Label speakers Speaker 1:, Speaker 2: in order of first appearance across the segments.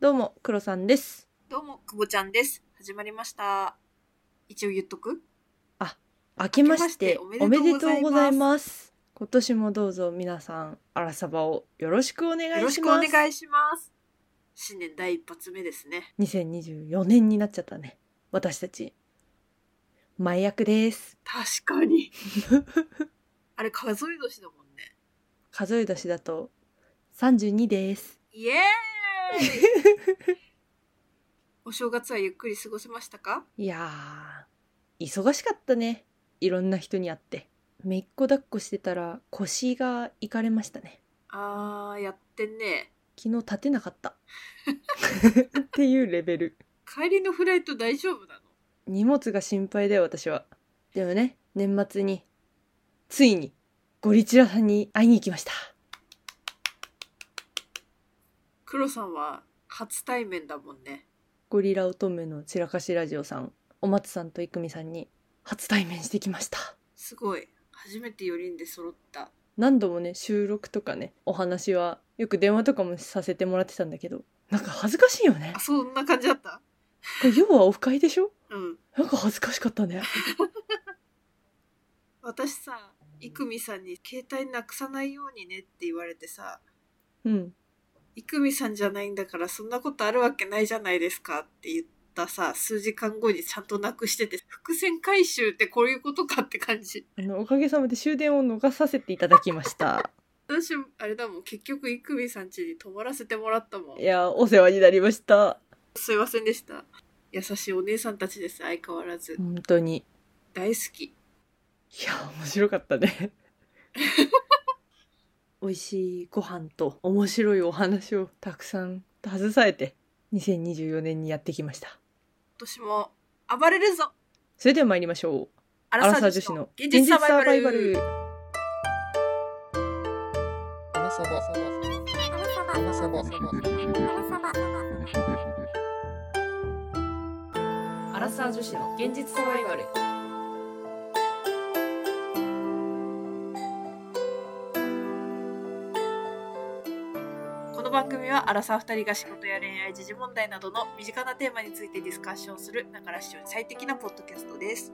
Speaker 1: どうも、黒さんです。
Speaker 2: どうも、くぼちゃんです。始まりました。一応言っとく
Speaker 1: 明けまして
Speaker 2: 明け
Speaker 1: お
Speaker 2: ま
Speaker 1: め
Speaker 2: して
Speaker 1: でとうございます。今年もどうぞ皆さん、あらさばをよろしくお願いします。
Speaker 2: よろしくお願いします。新年第一発目ですね。
Speaker 1: 2024年になっちゃったね。私たち。前役です。
Speaker 2: 確 かに。あれ、数え年だもんね。
Speaker 1: 数え年だと32です。
Speaker 2: イエーイ お正月はゆっくり過ごせましたか
Speaker 1: いやー、忙しかったね。いろんな人に会って。めいっ子抱っこしてたら腰がいかれましたね。
Speaker 2: あー、やってんね。
Speaker 1: 昨日立てなかった。っていうレベル。
Speaker 2: 帰りのフライト大丈夫なの
Speaker 1: 荷物が心配だよ私はでもね年末についにゴリチラさんに会いに行きました
Speaker 2: 黒さんは初対面だもんね。
Speaker 1: ゴリラ乙女の散らかしラジオさんお松さんといくみさんに初対面してきました
Speaker 2: すごい。初めて4人で揃った。
Speaker 1: 何度もね収録とかねお話はよく電話とかもさせてもらってたんだけどなんか恥ずかしいよね
Speaker 2: あ、そんな感じだった
Speaker 1: これ要はオフ会でしょ
Speaker 2: うん。
Speaker 1: なんか恥ずかしかったね
Speaker 2: 私さいくみさんに「携帯なくさないようにね」って言われてさ
Speaker 1: うん
Speaker 2: 「いくみさんじゃないんだからそんなことあるわけないじゃないですか」って言ったさ数時間後にちゃんとなくしてて伏線回収ってこういうことかって感じ
Speaker 1: あのおかげさまで終電を逃させていただきました
Speaker 2: 私あれだもん結局いくみさん家に泊まらせてもらったもん
Speaker 1: いやお世話になりました
Speaker 2: すいませんでした優しいお姉さんたちです相変わらず
Speaker 1: 本当に
Speaker 2: 大好き
Speaker 1: いや面白かったね 美味しいご飯と面白いお話をたくさん携えて2024年にやってきました
Speaker 2: 今年も暴れるぞ
Speaker 1: それでは参りましょう
Speaker 2: ア
Speaker 1: アラサー
Speaker 2: ー
Speaker 1: 女子の
Speaker 2: 現実サバイバル
Speaker 3: アラサバアラサバ
Speaker 1: アラサー女子の現実サバイバル
Speaker 2: この番組はアラサー2人が仕事や恋愛時事問題などの身近なテーマについてディスカッションするながら視聴に最適なポッドキャストです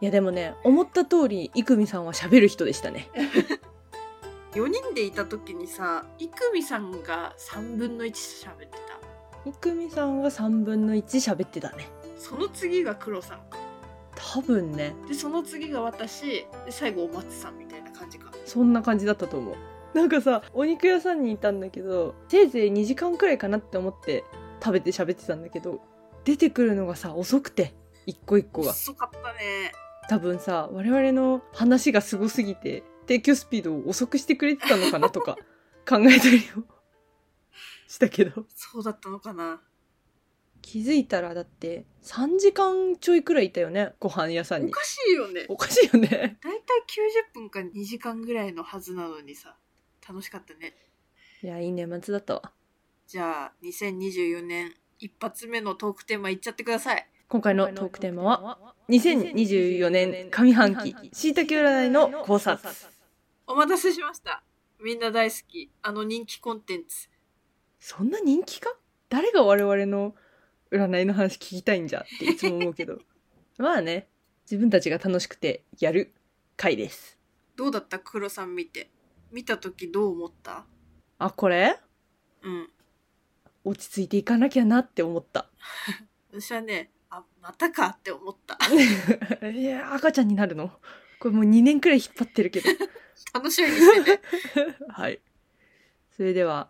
Speaker 1: いやでもね思った通りいくみさんは喋る人でしたね
Speaker 2: 4人でいた時にさいくみさんが3分の1喋ってた
Speaker 1: いくみさんは3分の1喋ってたね
Speaker 2: その次が黒さんか
Speaker 1: 多分ね
Speaker 2: でその次が私で最後お松さんみたいな感じか
Speaker 1: そんな感じだったと思うなんかさお肉屋さんにいたんだけどせいぜい2時間くらいかなって思って食べて喋ってたんだけど出てくるのがさ遅くて一個一個が
Speaker 2: 遅かったね
Speaker 1: 多分さ我々の話がすごすぎて提供スピードを遅くしてくれてたのかなと か考えたりをしたけど
Speaker 2: そうだったのかな
Speaker 1: 気づいたらだって3時間ちょいくらいいたよねご飯屋さん
Speaker 2: お
Speaker 1: に
Speaker 2: かしいよね
Speaker 1: おかしいよね
Speaker 2: だいたい90分か2時間ぐらいのはずなのにさ楽しかったね
Speaker 1: いやいい年末だったわ
Speaker 2: じゃあ2024年一発目のトークテーマいっちゃってください
Speaker 1: 今回のトークテーマは2024年上半期しいたけ占いの考察
Speaker 2: お待たせしました。みんな大好き、あの人気コンテンツ。
Speaker 1: そんな人気か誰が我々の占いの話聞きたいんじゃっていつも思うけど まあね自分たちが楽しくてやる回です
Speaker 2: どうだった黒さん見て。見た時どう思った
Speaker 1: あこれ
Speaker 2: うん。
Speaker 1: 落ち着いていかなきゃなって思った
Speaker 2: 私はね、あ、またかって思った。
Speaker 1: いや赤ちゃんになるのこれもう2年くらい引っ張ってるけど
Speaker 2: 楽しみにしてて。
Speaker 1: はいそれでは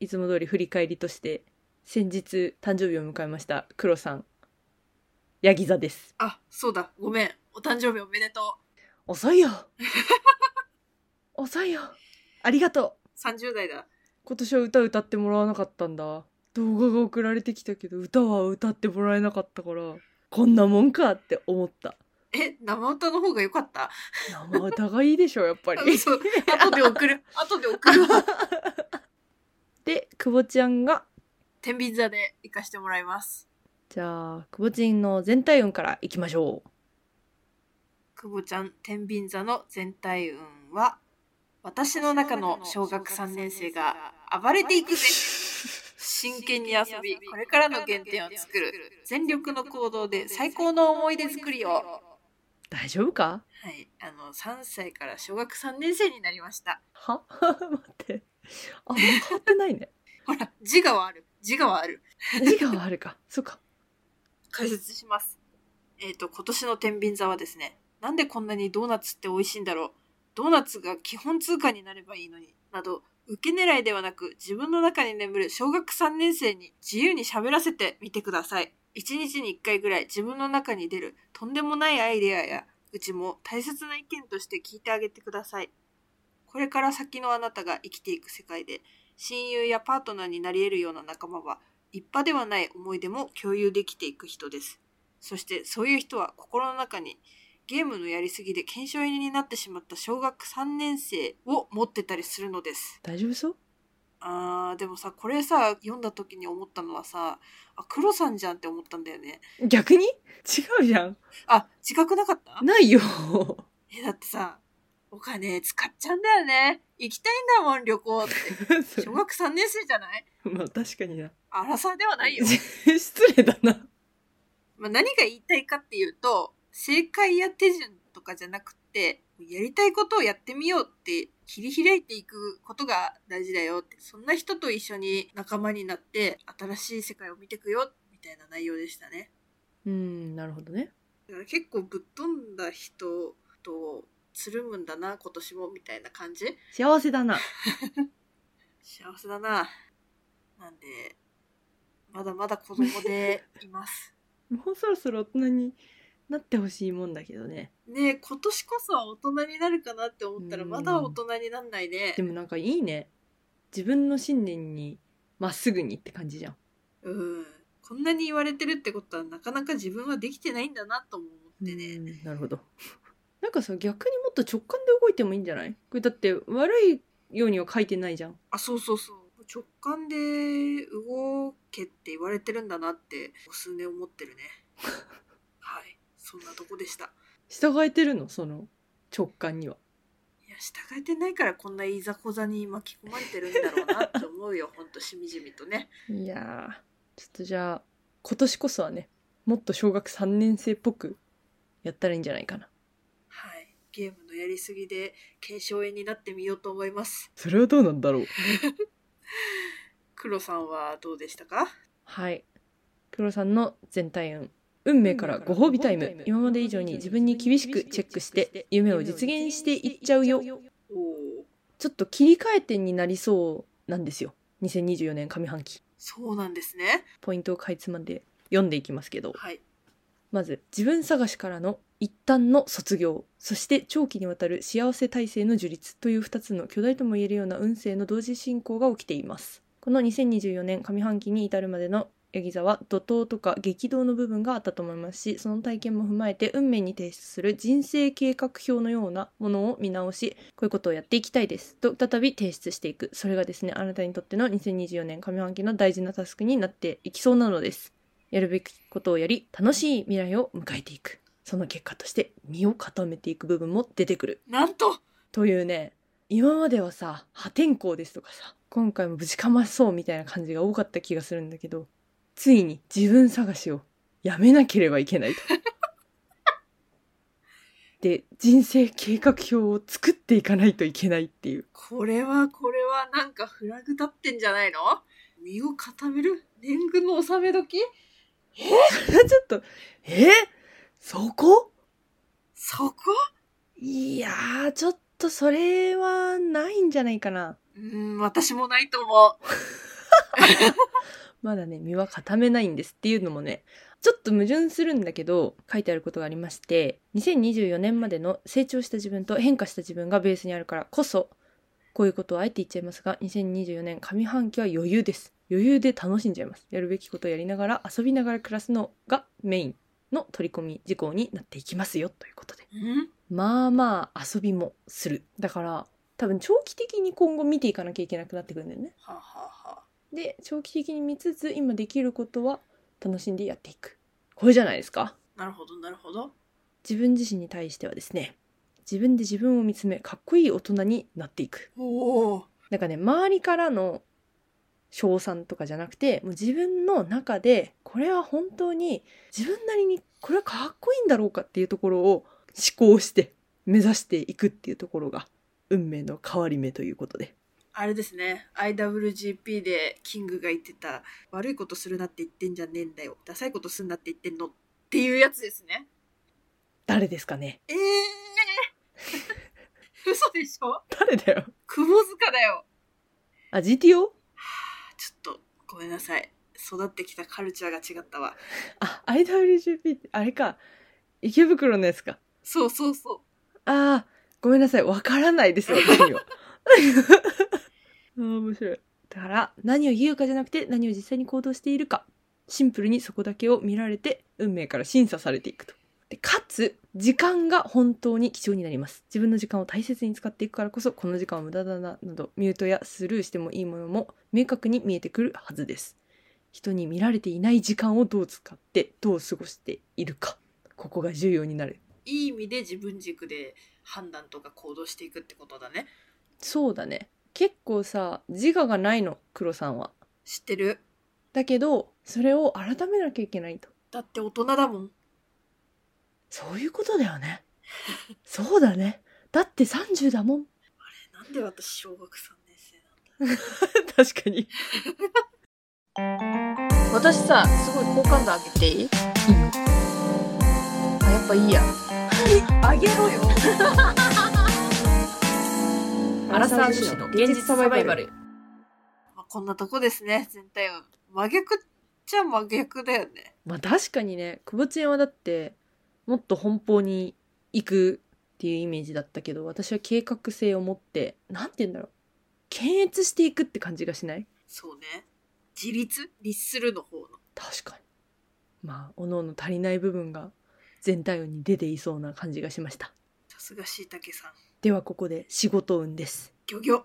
Speaker 1: いつも通り振り返りとして先日誕生日を迎えました黒さんヤギ座です
Speaker 2: あ、そうだ、ごめん。お誕生日おめでと
Speaker 1: 遅いよ 遅いよありがとう
Speaker 2: う。30代だ。
Speaker 1: 今年は歌歌ってもらわなかったんだ動画が送られてきたけど歌は歌ってもらえなかったからこんなもんかって思った
Speaker 2: え、生歌の方が良かった
Speaker 1: 生歌がいいでしょやっぱ り
Speaker 2: 嘘。後で送る。後で送るわ。
Speaker 1: で久保ちゃんが
Speaker 2: 天秤座で行かしてもらいます。
Speaker 1: じゃあ久保ちんの全体運からいきまし ょう
Speaker 2: くぼちゃん天秤座の全体運は私の中の小学3年生が暴れていくぜ真剣に遊び、これからの原点を作る。全力の行動で最高の思い出作りを。は
Speaker 1: 大丈夫か
Speaker 2: い。あの、3歳から小学3年生になりました。
Speaker 1: は 待って。あ、もう変わってないね。
Speaker 2: ほら、自我はある。自我はある。
Speaker 1: 自我はあるか。そっか。
Speaker 2: 解説します。えっ、と、今年の天秤座はですね、なんでこんなにドーナツって美味しいんだろう。ドーナツが基本通貨になればいいのに。など、受け狙いではなく、自分の中に眠る小学3年生に自由に喋らせてみてください。1日に1回ぐらい自分の中に出るとんでもないアイデアや、うちも大切な意見として聞いてあげてください。これから先のあなたが生きていく世界で、親友やパートナーになり得るような仲間は、立派ではない思い出も共有できていく人です。そしてそういう人は心の中にゲームのやりすぎで検証入りになってしまった小学3年生を持ってたりするのです。
Speaker 1: 大丈夫そう
Speaker 2: あーでもさこれさ読んだ時に思ったのはさあ黒さんじゃんって思ったんだよね。
Speaker 1: 逆に違うじゃん。
Speaker 2: あ自覚なかった
Speaker 1: ない よ。
Speaker 2: えだってさお金使っちゃうんだよね行きたいんだもん旅行って
Speaker 1: それ
Speaker 2: 小学3年生じゃない
Speaker 1: まあ確かにな。
Speaker 2: アラサーではないよ。
Speaker 1: 失礼だな。
Speaker 2: まあ、何が言いたいかっていうと、正解や手順とかじゃなくて、やりたいことをやってみようって切り開いていくことが大事だよって、そんな人と一緒に仲間になって新しい世界を見ていくよみたいな内容でしたね。
Speaker 1: うん、なるほどね。
Speaker 2: だから結構ぶっ飛んだ人とつるむんだな、今年もみたいな感じ
Speaker 1: 幸せだな。
Speaker 2: 幸せだな。なんで、まだまだ子供でいます。
Speaker 1: もうそろそろ大人になってほしいもんだけどね。
Speaker 2: ねえ今年こそは大人になるかなって思ったら
Speaker 1: うん
Speaker 2: まだ大人になんないね
Speaker 1: でもなんかいいね。自分の信念にまっすぐにって感じじゃん。
Speaker 2: うんこんなに言われてるってことはなかなか自分はできてないんだなとも思ってね、
Speaker 1: うんなるほど。なんかさ、逆にもっと直感で動いてもいいんじゃないこれだって悪いようには書いてないじゃん。
Speaker 2: あそうそうそう直感で動けって言われてるんだなって数年思って るねはいそんなとこでした
Speaker 1: 従えてるのその直感には。
Speaker 2: いや従えてないからこんないざこざに巻き込まれてるんだろうなって思 うよほんとしみじみとね
Speaker 1: いやー、ちょっとじゃあ、今年こそはね、もっと小学3年生っぽくやったらいいんじゃないかな。
Speaker 2: はいゲームのやりすぎで検証炎になってみようと思います
Speaker 1: それはどうなんだろう。
Speaker 2: 黒さんはどうでしたか
Speaker 1: はい。黒さんの全体運。運命からご褒美タイム。今まで以上に自分に厳しくチェックして、夢を実現していっちゃうよ。
Speaker 2: おお
Speaker 1: ちょっと切り替え点になりそうなんですよ。2024年上半期。
Speaker 2: そうなんですね
Speaker 1: ポイントをかいつまんで読んでいきますけど。
Speaker 2: はい
Speaker 1: まず、自分探しからの一旦の卒業、そして長期にわたる幸せ体制の樹立という2つの巨大とも言えるような運勢の同時進行が起きています。この2024年上半期に至るまでのヤギ座は怒涛とか激動の部分があったと思いますし、その体験も踏まえて運命に提出する人生計画表のようなものを見直し、こういうことをやっていきたいですと再び提出していく。それがですね、あなたにとっての2024年上半期の大事なタスクになっていきそうなのです。やるべきことをやり、楽しい未来を迎えていく。その結果として身を固めていく部分も出てくる。
Speaker 2: なんと
Speaker 1: というね、今まではさ、破天荒ですとかさ、今回もぶちかましそうみたいな感じが多かった気がするんだけど、ついに自分探しをやめなければいけないと。で、人生計画表を作っていかないといけないっていう。
Speaker 2: これはこれはなんかフラグ立ってんじゃないの身を固める年貢の納め時
Speaker 1: ちょっと、えそこ
Speaker 2: そこ
Speaker 1: いやー、ちょっとそれはないんじゃないかな。
Speaker 2: うーん私もないと思
Speaker 1: まだね、身は固めないんですっていうのもね、ちょっと矛盾するんだけど、書いてあることがありまして、2024年までの成長した自分と変化した自分がベースにあるからこそ、こういうことをあえて言っちゃいますが、2024年上半期は余裕です。余裕で楽しんじゃいます。やるべきことをやりながら、遊びながら暮らすのがメインの取り込み事項になっていきますよ、ということで。
Speaker 2: ううん
Speaker 1: まあまあ遊びもする。だから、多分長期的に今後見ていかなきゃいけなくなってくるんだよね。
Speaker 2: はあはあはあ
Speaker 1: で長期的に見つつ今できることは楽しんでやっていくこれじゃないですか
Speaker 2: なるほどなるほど
Speaker 1: 自分自身に対してはですね自分で自分を見つめかっこいい大人になっていく
Speaker 2: おお
Speaker 1: なんかね周りからの賞賛とかじゃなくてもう自分の中でこれは本当に自分なりにこれはかっこいいんだろうかっていうところを思考して目指していくっていうところが運命の変わり目ということで
Speaker 2: あれですね IWGP でキングが言ってた悪いことするなって言ってんじゃねえんだよダサいことすんなって言ってんのっていうやつですね
Speaker 1: 誰ですかね
Speaker 2: ええー、 嘘でしょ
Speaker 1: 誰だよ
Speaker 2: 久保塚だよ
Speaker 1: あ GTO?
Speaker 2: ちょっとごめんなさい育ってきたカルチャーが違ったわ
Speaker 1: あ IWGP ってあれか池袋のやつか
Speaker 2: そうそうそう
Speaker 1: ああごめんなさいわからない ですよ何をああ 面白いだから何を言うかじゃなくて何を実際に行動しているかシンプルにそこだけを見られて運命から審査されていくとでかつ時間が本当に貴重になります自分の時間を大切に使っていくからこそこの時間は無駄だななどミュートやスルーしてもいいものも明確に見えてくるはずです人に見られていない時間をどう使ってどう過ごしているかここが重要になる
Speaker 2: いい意味で自分軸で判断とか行動していくってことだね
Speaker 1: そうだね結構さ自我がないの黒さんは
Speaker 2: 知ってる
Speaker 1: だけどそれを改めなきゃいけないと
Speaker 2: だって大人だもん
Speaker 1: そういうことだよ ねそうだねだって30だもん
Speaker 2: なんで私小学3年生なんだ
Speaker 1: 確かにいい
Speaker 2: 私さすごい好感度上げていい
Speaker 1: よ
Speaker 2: あやっぱいいや上げろ よ
Speaker 1: アラサー女子の現実サバイバル。
Speaker 2: まあ、こんなとこですね全体は真逆っちゃ真逆だよね
Speaker 1: まあ確かにね久保ちゃんはだってもっと奔放に行くっていうイメージだったけど私は計画性を持ってなんて言うんだろう検閲していくって感じがしない
Speaker 2: そうね自立律するの方の
Speaker 1: 確かにまあおのおの足りない部分が全体に出ていそうな感じがしました
Speaker 2: さすがしいたけさん
Speaker 1: ではここで仕事運です
Speaker 2: ギョギョ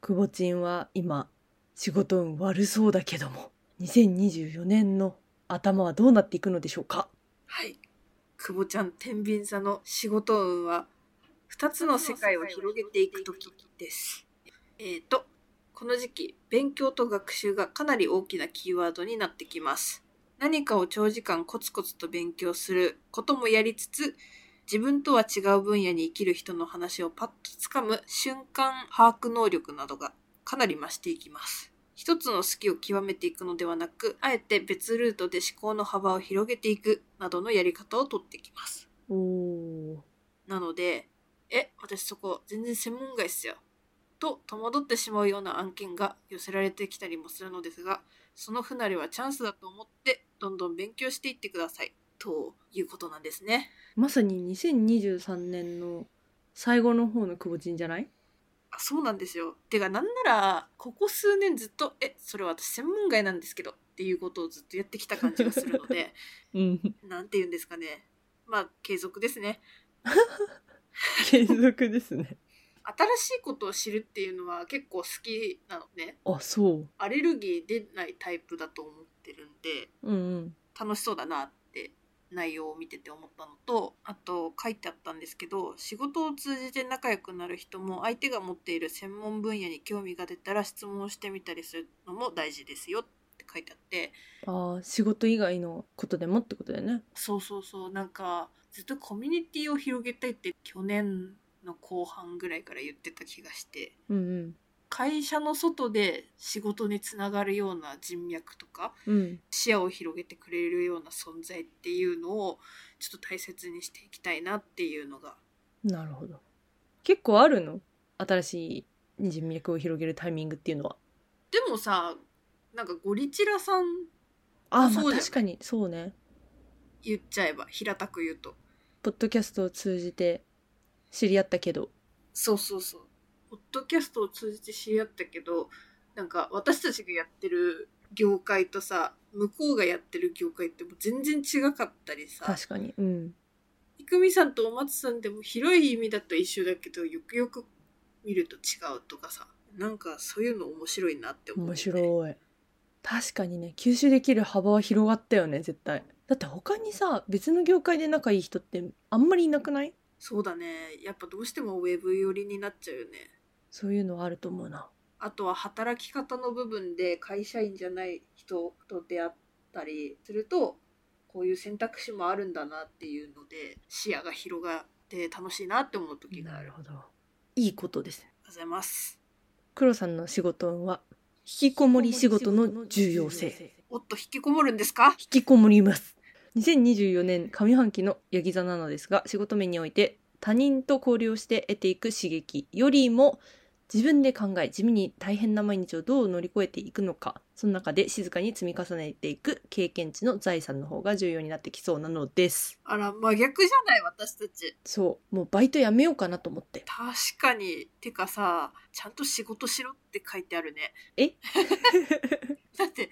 Speaker 1: 久保ちんは今仕事運悪そうだけども2024年の頭はどうなっていくのでしょうか
Speaker 2: はい久保ちゃん天秤座の仕事運は2つの世界を広げていく時ですえっ、とこの時期勉強と学習がかなり大きなキーワードになってきます何かを長時間コツコツと勉強することもやりつつ自分とは違う分野に生きる人の話をパッとつかむ瞬間把握能力などがかなり増していきます。一つの好きを極めていくのではなく、あえて別ルートで思考の幅を広げていくなどのやり方をとってきます。
Speaker 1: おお
Speaker 2: なので、え、私そこ全然専門外っすよ。と戸惑ってしまうような案件が寄せられてきたりもするのですが、その不慣れはチャンスだと思って、どんどん勉強していってください。ということなんですね。
Speaker 1: まさに2023年の最後の方の久保ちんじゃない
Speaker 2: あそうなんですよ。てかなんならここ数年ずっと「えそれ私専門外なんですけど」っていうことをずっとやってきた感じがするので
Speaker 1: うん
Speaker 2: なんて言うんですかねまあ継続ですね。
Speaker 1: 継続ですね
Speaker 2: 新しいことを知るっていうのは結構好きなのね
Speaker 1: あそ
Speaker 2: アレルギー出ないタイプだと思ってるんで
Speaker 1: ううんうん
Speaker 2: 楽しそうだなって内容を見てて思ったのとあと書いてあったんですけど仕事を通じて仲良くなる人も相手が持っている専門分野に興味が出たら質問をしてみたりするのも大事ですよって書いてあって
Speaker 1: ああ仕事以外のことでもってことだよね
Speaker 2: そうそうそうなんかずっとコミュニティを広げたいって去年の後半ぐらいから言ってた気がして
Speaker 1: うん
Speaker 2: 会社の外で仕事につながるような人脈とか
Speaker 1: うんうん
Speaker 2: 視野を広げてくれるような存在っていうのをちょっと大切にしていきたいなっていうのが
Speaker 1: なるほど結構あるの新しい人脈を広げるタイミングっていうのは
Speaker 2: でもさなんかゴリチラさん
Speaker 1: ああ
Speaker 2: そ
Speaker 1: ま
Speaker 2: う
Speaker 1: あ
Speaker 2: じゃん
Speaker 1: 確かにそうね
Speaker 2: 言っちゃえば平たく言うと
Speaker 1: ポッドキャストを通じて知り合ったけど
Speaker 2: そうそうそうポッドキャストを通じて知り合ったけどなんか私たちがやってる業界とさ向こうがやってる業界ってもう全然違かったりさ
Speaker 1: 確かにうん
Speaker 2: いくみさんとお松さんでも広い意味だと一緒だけどよくよく見ると違うとかさなんかそういうの面白いなって思う、
Speaker 1: 面白い確かにね吸収できる幅は広がったよね絶対だって他にさ別の業界で仲いい人ってあんまりいなくない
Speaker 2: そうだねやっぱどうしてもウェブ寄りになっちゃうよね
Speaker 1: そういうのはあると思うな
Speaker 2: あとは働き方の部分で会社員じゃない人と出会ったりするとこういう選択肢もあるんだなっていうので視野が広がって楽しいなって思う時があ
Speaker 1: な
Speaker 2: る。
Speaker 1: るほどいいことですね
Speaker 2: ありがとうございます。
Speaker 1: 黒さんの仕事運は引きこもり仕事の重要性
Speaker 2: おっと引きこもるんですか
Speaker 1: 引きこもります2024年上半期のヤギ座なのですが仕事面において他人と交流をして得ていく刺激よりも自分で考え地味に大変な毎日をどう乗り越えていくのかその中で静かに積み重ねていく経験値の財産の方が重要になってきそうなのです
Speaker 2: あら真逆じゃない私たち
Speaker 1: そうもうバイトやめようかなと思って
Speaker 2: 確かにてかさちゃんと仕事しろって書いてあるね
Speaker 1: え
Speaker 2: だって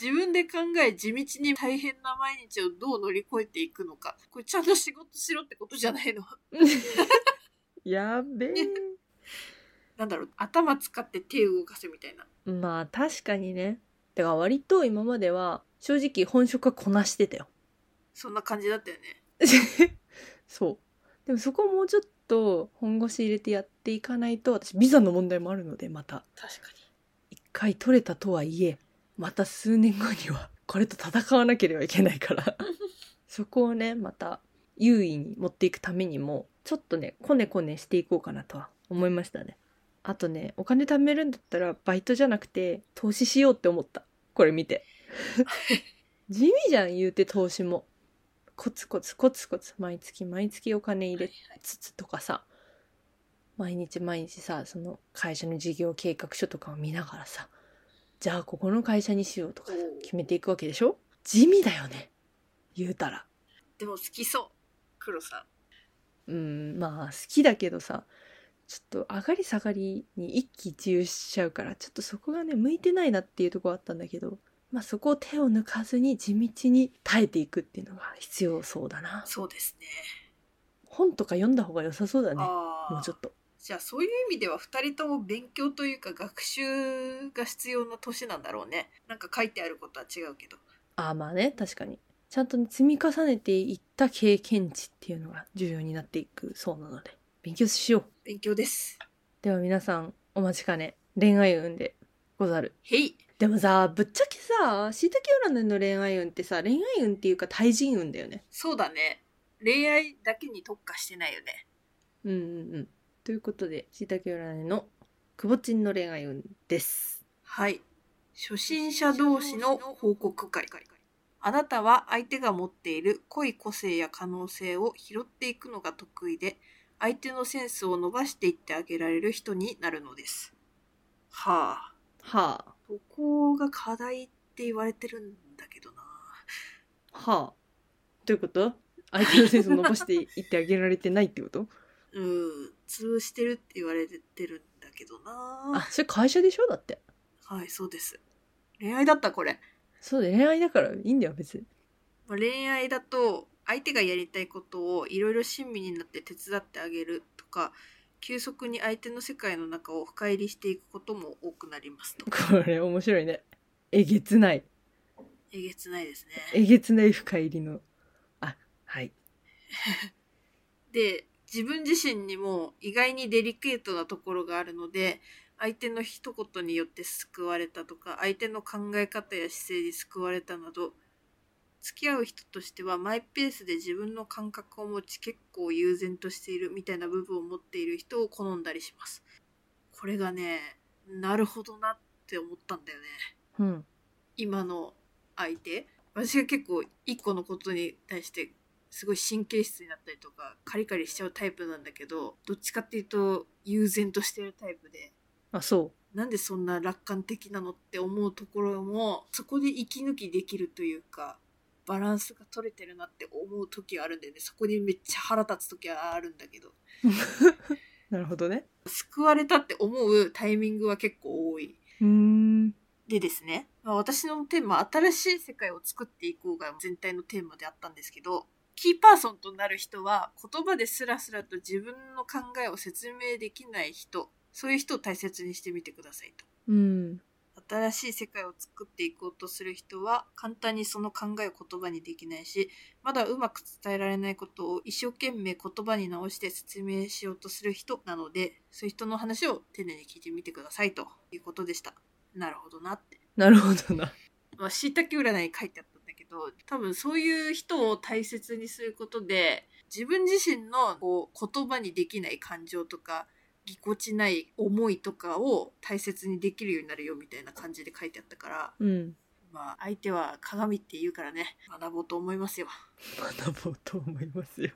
Speaker 2: 自分で考え地道に大変な毎日をどう乗り越えていくのかこれちゃんと仕事しろってことじゃないの
Speaker 1: やべ
Speaker 2: なんだろう頭使って手動かせみたいな
Speaker 1: え まあ確かにねだから割と今までは正直本職はこなしてたよ
Speaker 2: そんな感じだったよね
Speaker 1: そう。でもそこをもうちょっと本腰入れてやっていかないと、私ビザの問題もあるので、また。
Speaker 2: 確かに
Speaker 1: 一回取れたとはいえ、また数年後には、これと戦わなければいけないから。そこをね、また、優位に持っていくためにも、ちょっとね、コネコネしていこうかなとは思いましたね。あとね、お金貯めるんだったら、バイトじゃなくて、投資しようって思った。これ見て。地味じゃん、言うて投資も。コツコツコツコツ、毎月毎月お金入れつつとかさ毎日毎日さその会社の事業計画書とかを見ながらさじゃあここの会社にしようとかさ
Speaker 2: おう
Speaker 1: 決めていくわけでしょ地味だよね言うたら
Speaker 2: でも好きそう黒さん
Speaker 1: うんまあ好きだけどさちょっと上がり下がりに一喜一憂しちゃうからちょっとそこがね向いてないなっていうところあったんだけどまあそこを手を抜かずに地道に耐えていくっていうのが必要そうだな
Speaker 2: そうですね
Speaker 1: 本とか読んだ方が良さそうだね
Speaker 2: ああ
Speaker 1: もうちょっと
Speaker 2: じゃあそういう意味では2人とも勉強というか学習が必要な年なんだろうねなんか書いてあることは違うけど
Speaker 1: あーまあね確かにちゃんとね積み重ねていった経験値っていうのが重要になっていくそうなので勉強しよう
Speaker 2: 勉強です
Speaker 1: では皆さんお待ちかね恋愛運でござる
Speaker 2: へい
Speaker 1: でもさぶっちゃけさしいたけ占いの恋愛運ってさ恋愛運っていうか対人運だよね
Speaker 2: そうだね恋愛だけに特化してないよね
Speaker 1: うんうんうんということでしいたけ占いのくぼちんの恋愛運です
Speaker 2: はい初心者同士の報告会あなたは相手が持っている濃い個性や可能性を拾っていくのが得意で相手のセンスを伸ばしていってあげられる人になるのですはあ
Speaker 1: は
Speaker 2: そこが課題って言われてるんだけどな。
Speaker 1: あはあどういうこと相手のセンスを伸ばしていってあげられてないってこと
Speaker 2: うん、通してるって言われてるんだけど
Speaker 1: あ
Speaker 2: な。
Speaker 1: それ会社でしょだって
Speaker 2: はい、そうです。恋愛だった、これ。
Speaker 1: そうだよ恋愛だからいいんだよ別に
Speaker 2: まあ恋愛だと、相手がやりたいことをいろいろ親身になって手伝ってあげるとか、急速に相手の世界の中を深入りしていくことも多くなりますと。
Speaker 1: これ面白いねえげつない
Speaker 2: えげつないですね。
Speaker 1: えげつない深入りのあはい
Speaker 2: で、自分自身にも意外にデリケートなところがあるので、相手の一言によって救われたとか相手の考え方や姿勢に救われたなど付き合う人としてはマイペースで自分の感覚を持ち結構悠然としているみたいな部分を持っている人を好んだりしますこれがねなるほどなって思ったんだよね
Speaker 1: うん
Speaker 2: 今の相手私が結構一個のことに対してすごい神経質になったりとかカリカリしちゃうタイプなんだけどどっちかっていうと悠然としてるタイプで
Speaker 1: あそ
Speaker 2: なんでそんな楽観的なのって思うところもそこで息抜きできるというかバランスが取れてるなって思う時はあるんだよねそこにめっちゃ腹立つ時はあるんだけど
Speaker 1: うなるほどね
Speaker 2: 救われたって思うタイミングは結構多いう
Speaker 1: ーん
Speaker 2: でですね、まあ、私のテーマ「新しい世界を作っていこう」が全体のテーマであったんですけどキーパーソンとなる人は言葉ですらすらと自分の考えを説明できない人そういう人を大切にしてみてくださいと。
Speaker 1: うん
Speaker 2: 新しい世界を作っていこうとする人は簡単にその考えを言葉にできないしまだうまく伝えられないことを一生懸命言葉に直して説明しようとする人なのでそういう人の話を丁寧に聞いてみてくださいということでしたなるほどなって
Speaker 1: なるほどな。
Speaker 2: まあ、椎茸占いに書いてあったんだけど、多分そういう人を大切にすることで、自分自身のこう言葉にできない感情とか、ぎこちない思いとかを大切にできるようになるよみたいな感じで書いてあったから、
Speaker 1: うん。
Speaker 2: まあ相手は鏡って言うからね、学ぼうと思いますよ。
Speaker 1: 学ぼうと思いますよ。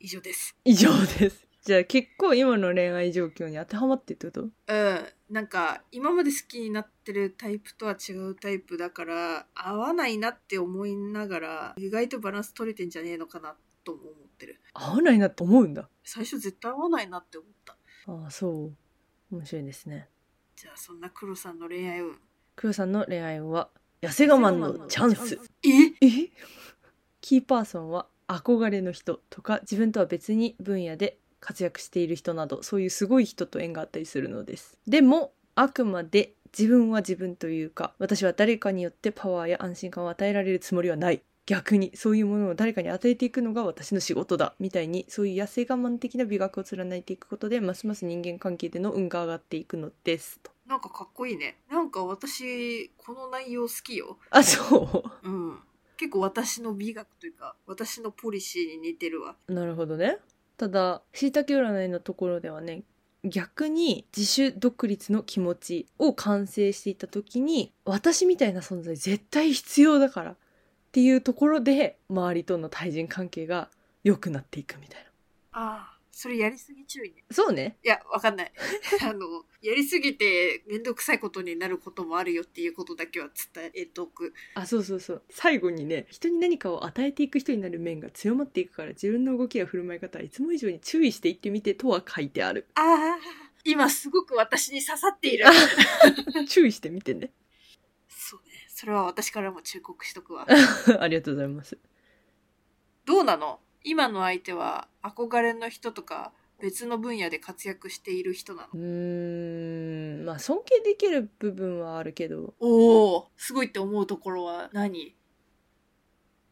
Speaker 2: 以上です。
Speaker 1: 以上です。じゃあ結構今の恋愛状況に当てはまってってこと
Speaker 2: うん。なんか今まで好きになってるタイプとは違うタイプだから、合わないなって思いながら、意外とバランス取れてんじゃねえのかなとも思ってる。
Speaker 1: 合わないなって思うんだ。
Speaker 2: 最初絶対合わないなって思った
Speaker 1: ああ、そう。面白いですね。
Speaker 2: じゃあそんな黒さんの恋愛運
Speaker 1: クヨさんの恋愛運は、痩せ我慢のチャンス。
Speaker 2: え
Speaker 1: えキーパーソンは憧れの人とか自分とは別に分野で活躍している人などそういうすごい人と縁があったりするのですでもあくまで自分は自分というか私は誰かによってパワーや安心感を与えられるつもりはない逆にそういうものを誰かに与えていくのが私の仕事だみたいにそういう痩せ我慢的な美学を貫いていくことでますます人間関係での運が上がっていくのですと
Speaker 2: なんかかっこいいねなんか私この内容好きよ
Speaker 1: あそ
Speaker 2: うん結構私の美学というか私のポリシーに似てるわ
Speaker 1: うなるほどねただしいたけ占いのところではね逆に自主独立の気持ちを完成していった時に私みたいな存在絶対必要だからっていうところで周りとの対人関係が良くなっていくみたいな
Speaker 2: ああそれやりすぎ注意ね
Speaker 1: そうね
Speaker 2: いやわかんないあのやりすぎて面倒くさいことになることもあるよっていうことだけは伝えておく
Speaker 1: あそうそうそう最後にね人に何かを与えていく人になる面が強まっていくから自分の動きや振る舞い方はいつも以上に注意していってみてとは書いて ある
Speaker 2: ああ今すごく私に刺さっている
Speaker 1: 注意してみてね
Speaker 2: そうねそれは私からも忠告しとく わ
Speaker 1: ありがとうございます
Speaker 2: どうなの今の相手は憧れの人とか別の分野で活躍している人なの
Speaker 1: うーんまあ尊敬できる部分はあるけど
Speaker 2: おおすごいって思うところは何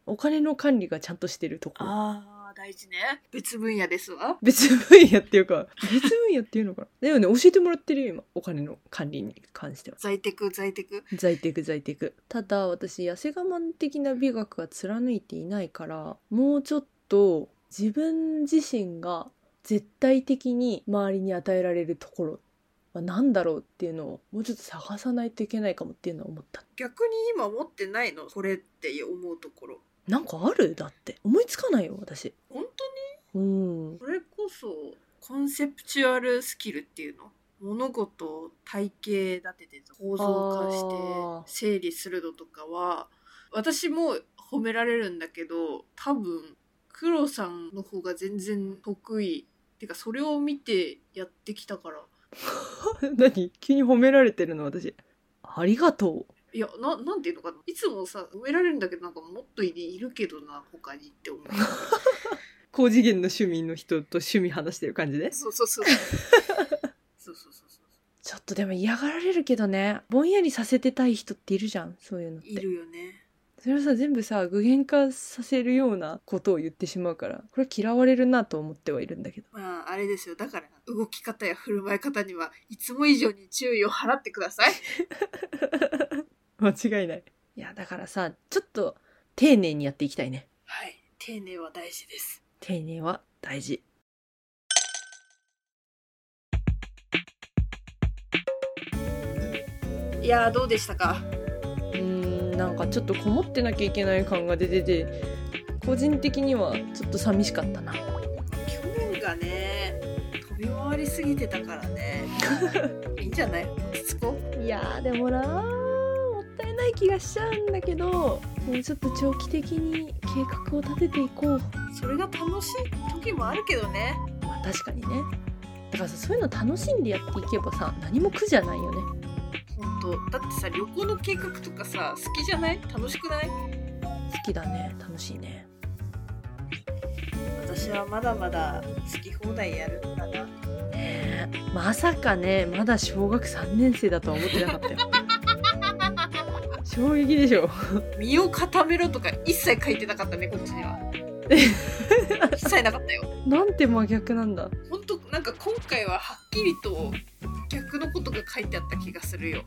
Speaker 1: お金の管理がちゃんとしてるところ
Speaker 2: ああ大事ね別分野ですわ
Speaker 1: 別分野っていうか 別分野っていうのかなでもね教えてもらってるよ今お金の管理に関しては
Speaker 2: 在宅在宅
Speaker 1: 在宅在宅ただ私痩せ我慢的な美学は貫いていないからもうちょっと自分自身が絶対的に周りに与えられるところは何だろうっていうのをもうちょっと探さないといけないかもっていうのは思った
Speaker 2: 逆に今持ってないのこれって思うところ
Speaker 1: なんかあるだって思いつかないよ私
Speaker 2: 本当に
Speaker 1: うん
Speaker 2: これこそコンセプチュアルスキルっていうの物事を体系立てて構造化して整理するのとかは私も褒められるんだけど多分クロさんの方が全然得意っていうかそれを見てやってきたから
Speaker 1: 何急に褒められてるの私ありがとう
Speaker 2: いやななんていうのかないつもさ褒められるんだけどなんかもっといるけどな他にって思う
Speaker 1: 高次元の趣味の人と趣味話してる感じで
Speaker 2: そうそうそうそうそうそうそう
Speaker 1: ちょっとでも嫌がられるけどねぼんやりさせてたい人っているじゃんそういうのって
Speaker 2: いるよね
Speaker 1: それをさ全部さ具現化させるようなことを言ってしまうからこれ嫌われるなと思ってはいるんだけど
Speaker 2: まあ、あれですよ。だから、動き方や振る舞い方には、いつも以上に注意を払ってください。
Speaker 1: 間違いないいやだからさちょっと丁寧にやっていきたいね
Speaker 2: はい。丁寧は大事です。
Speaker 1: 丁寧は大事
Speaker 2: いやー、どうでしたか
Speaker 1: うーんなんかちょっとこもってなきゃいけない感が出てて個人的にはちょっと寂しかったな
Speaker 2: 去年がね、飛び回りすぎてたから ね。いいんじゃない落ち着こう。
Speaker 1: いやーでもなーもったいない気がしちゃうんだけどもうちょっと長期的に計画を立てていこう
Speaker 2: それが楽しい時もあるけどね。
Speaker 1: まあ確かにねだからさそういうの楽しんでやっていけばさ何も苦じゃないよね
Speaker 2: 本当だってさ、旅行の計画とかさ、好きじゃない楽しくない
Speaker 1: 好きだね楽しいね
Speaker 2: 私はまだまだ好き放題やるんだな。
Speaker 1: ねえまさかねまだ小学3年生だとは思ってなかったよ衝撃でしょ
Speaker 2: 身を固めろとか一切書いてなかったねこっちに は一切なかったよ
Speaker 1: なんて真逆なんだ
Speaker 2: 本当なんか今回ははっきりと逆のことが書いてあった気がするよ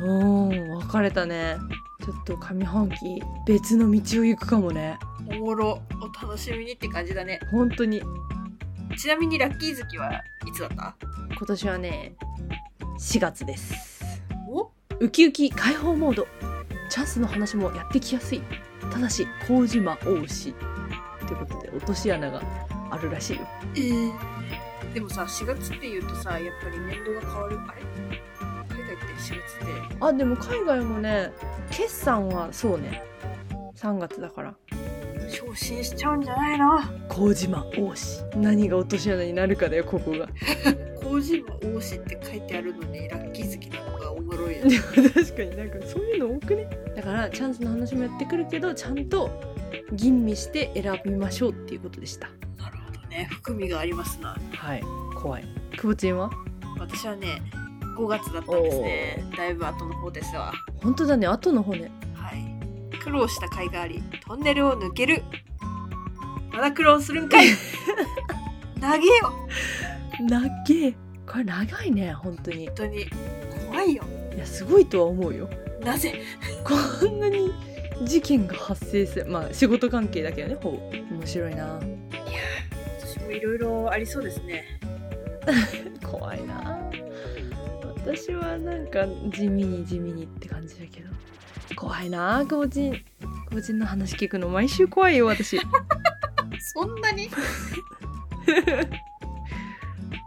Speaker 1: うん分かれたねちょっと上半期別の道を行くかもね
Speaker 2: おもろお楽しみにって感じだね
Speaker 1: 本当に
Speaker 2: ちなみにラッキー月はいつだった
Speaker 1: 今年はね4月です
Speaker 2: お
Speaker 1: ウキウキ解放モードチャンスの話もやってきやすいただし麹島大しということで落とし穴があるらしいよ
Speaker 2: えでもさ4月っていうとさやっぱり年度が変わるあれ海外って4月って
Speaker 1: あでも海外もね決算はそうね3月だから
Speaker 2: 昇進しちゃうんじゃないな
Speaker 1: 麹島大し何が落とし穴になるかだよここが
Speaker 2: 麹島王子って書いてあるのにラッキー月の方がおもろいよ
Speaker 1: でも 確かになんかそういうの多くねだからチャンスの話もやってくるけどちゃんと吟味して選びましょうっていうことでした
Speaker 2: なるほどね 含みがありますな
Speaker 1: はい怖い久保ちんは
Speaker 2: 私はね5月だったんですねだいぶ後の方ですわ
Speaker 1: 本当だね後の骨
Speaker 2: はい苦労した甲斐がありトンネルを抜けるまだ苦労するんか い投げよ本
Speaker 1: 長えこれ長いね本当にい
Speaker 2: 当に怖いよ
Speaker 1: やすごいとは思うよ
Speaker 2: なぜ
Speaker 1: こんなに事件が発生するまあ仕事関係だけどねほぼ面白いない
Speaker 2: や私もいろいろありそうですね
Speaker 1: 怖いな私はなんか地味に地味にって感じだけど怖いな久保ちん久保ちんの話聞くの毎週怖いよ 私
Speaker 2: そんなに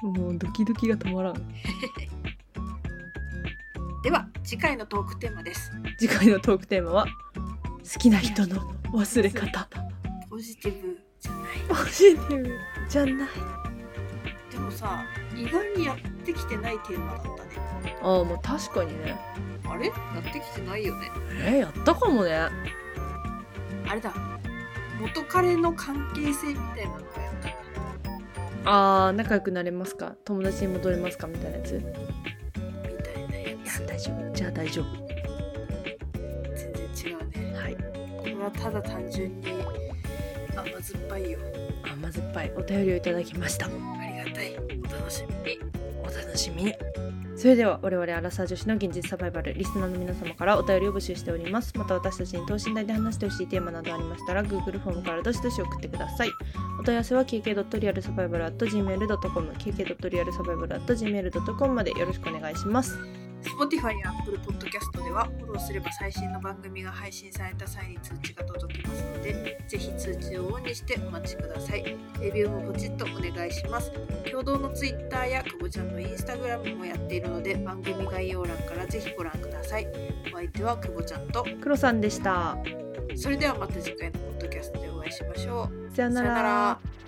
Speaker 1: もうドキドキが止まらん
Speaker 2: では次回のトークテーマです
Speaker 1: 次回のトークテーマは好きな人の忘れ方
Speaker 2: ポジティブじゃない
Speaker 1: ポジティブじゃない
Speaker 2: でもさ意外にやってきてないテーマだったね
Speaker 1: ああもう確かにね
Speaker 2: あれやってきてないよね
Speaker 1: えーやったかもね
Speaker 2: あれだ元彼の関係性みたいなのがやった
Speaker 1: あー仲良くなれますか友達に戻れますかみたいなやつい
Speaker 2: みたいなやつ
Speaker 1: 大丈夫じゃあ大丈夫
Speaker 2: 全然違うね
Speaker 1: はい
Speaker 2: これはただ単純に甘酸っぱいよ
Speaker 1: 甘酸っぱいお便りをいただきました
Speaker 2: ありがたいお楽しみに
Speaker 1: お楽しみにそれでは我々アラサー女子の現実サバイバルリスナーの皆様からお便りを募集しておりますまた私たちに等身大で話してほしいテーマなどありましたら Google フォームからどしどし送ってくださいお問い合わせは kk.realsurvival.gmail.com kk.realsurvival.gmail.com までよろしくお願いします
Speaker 2: Spotify や Apple Podcast ではフォローすれば最新の番組が配信された際に通知が届きますのでぜひ通知をオンにしてお待ちくださいレビューもポチッとお願いします共同の Twitter やくぼちゃんの Instagram もやっているので番組概要欄からぜひご覧くださいお相手はくぼちゃんと
Speaker 1: 黒さんでした
Speaker 2: それではまた次回のポッドキャストでお会いしましょう
Speaker 1: さよな
Speaker 2: さよな
Speaker 1: ら
Speaker 2: ら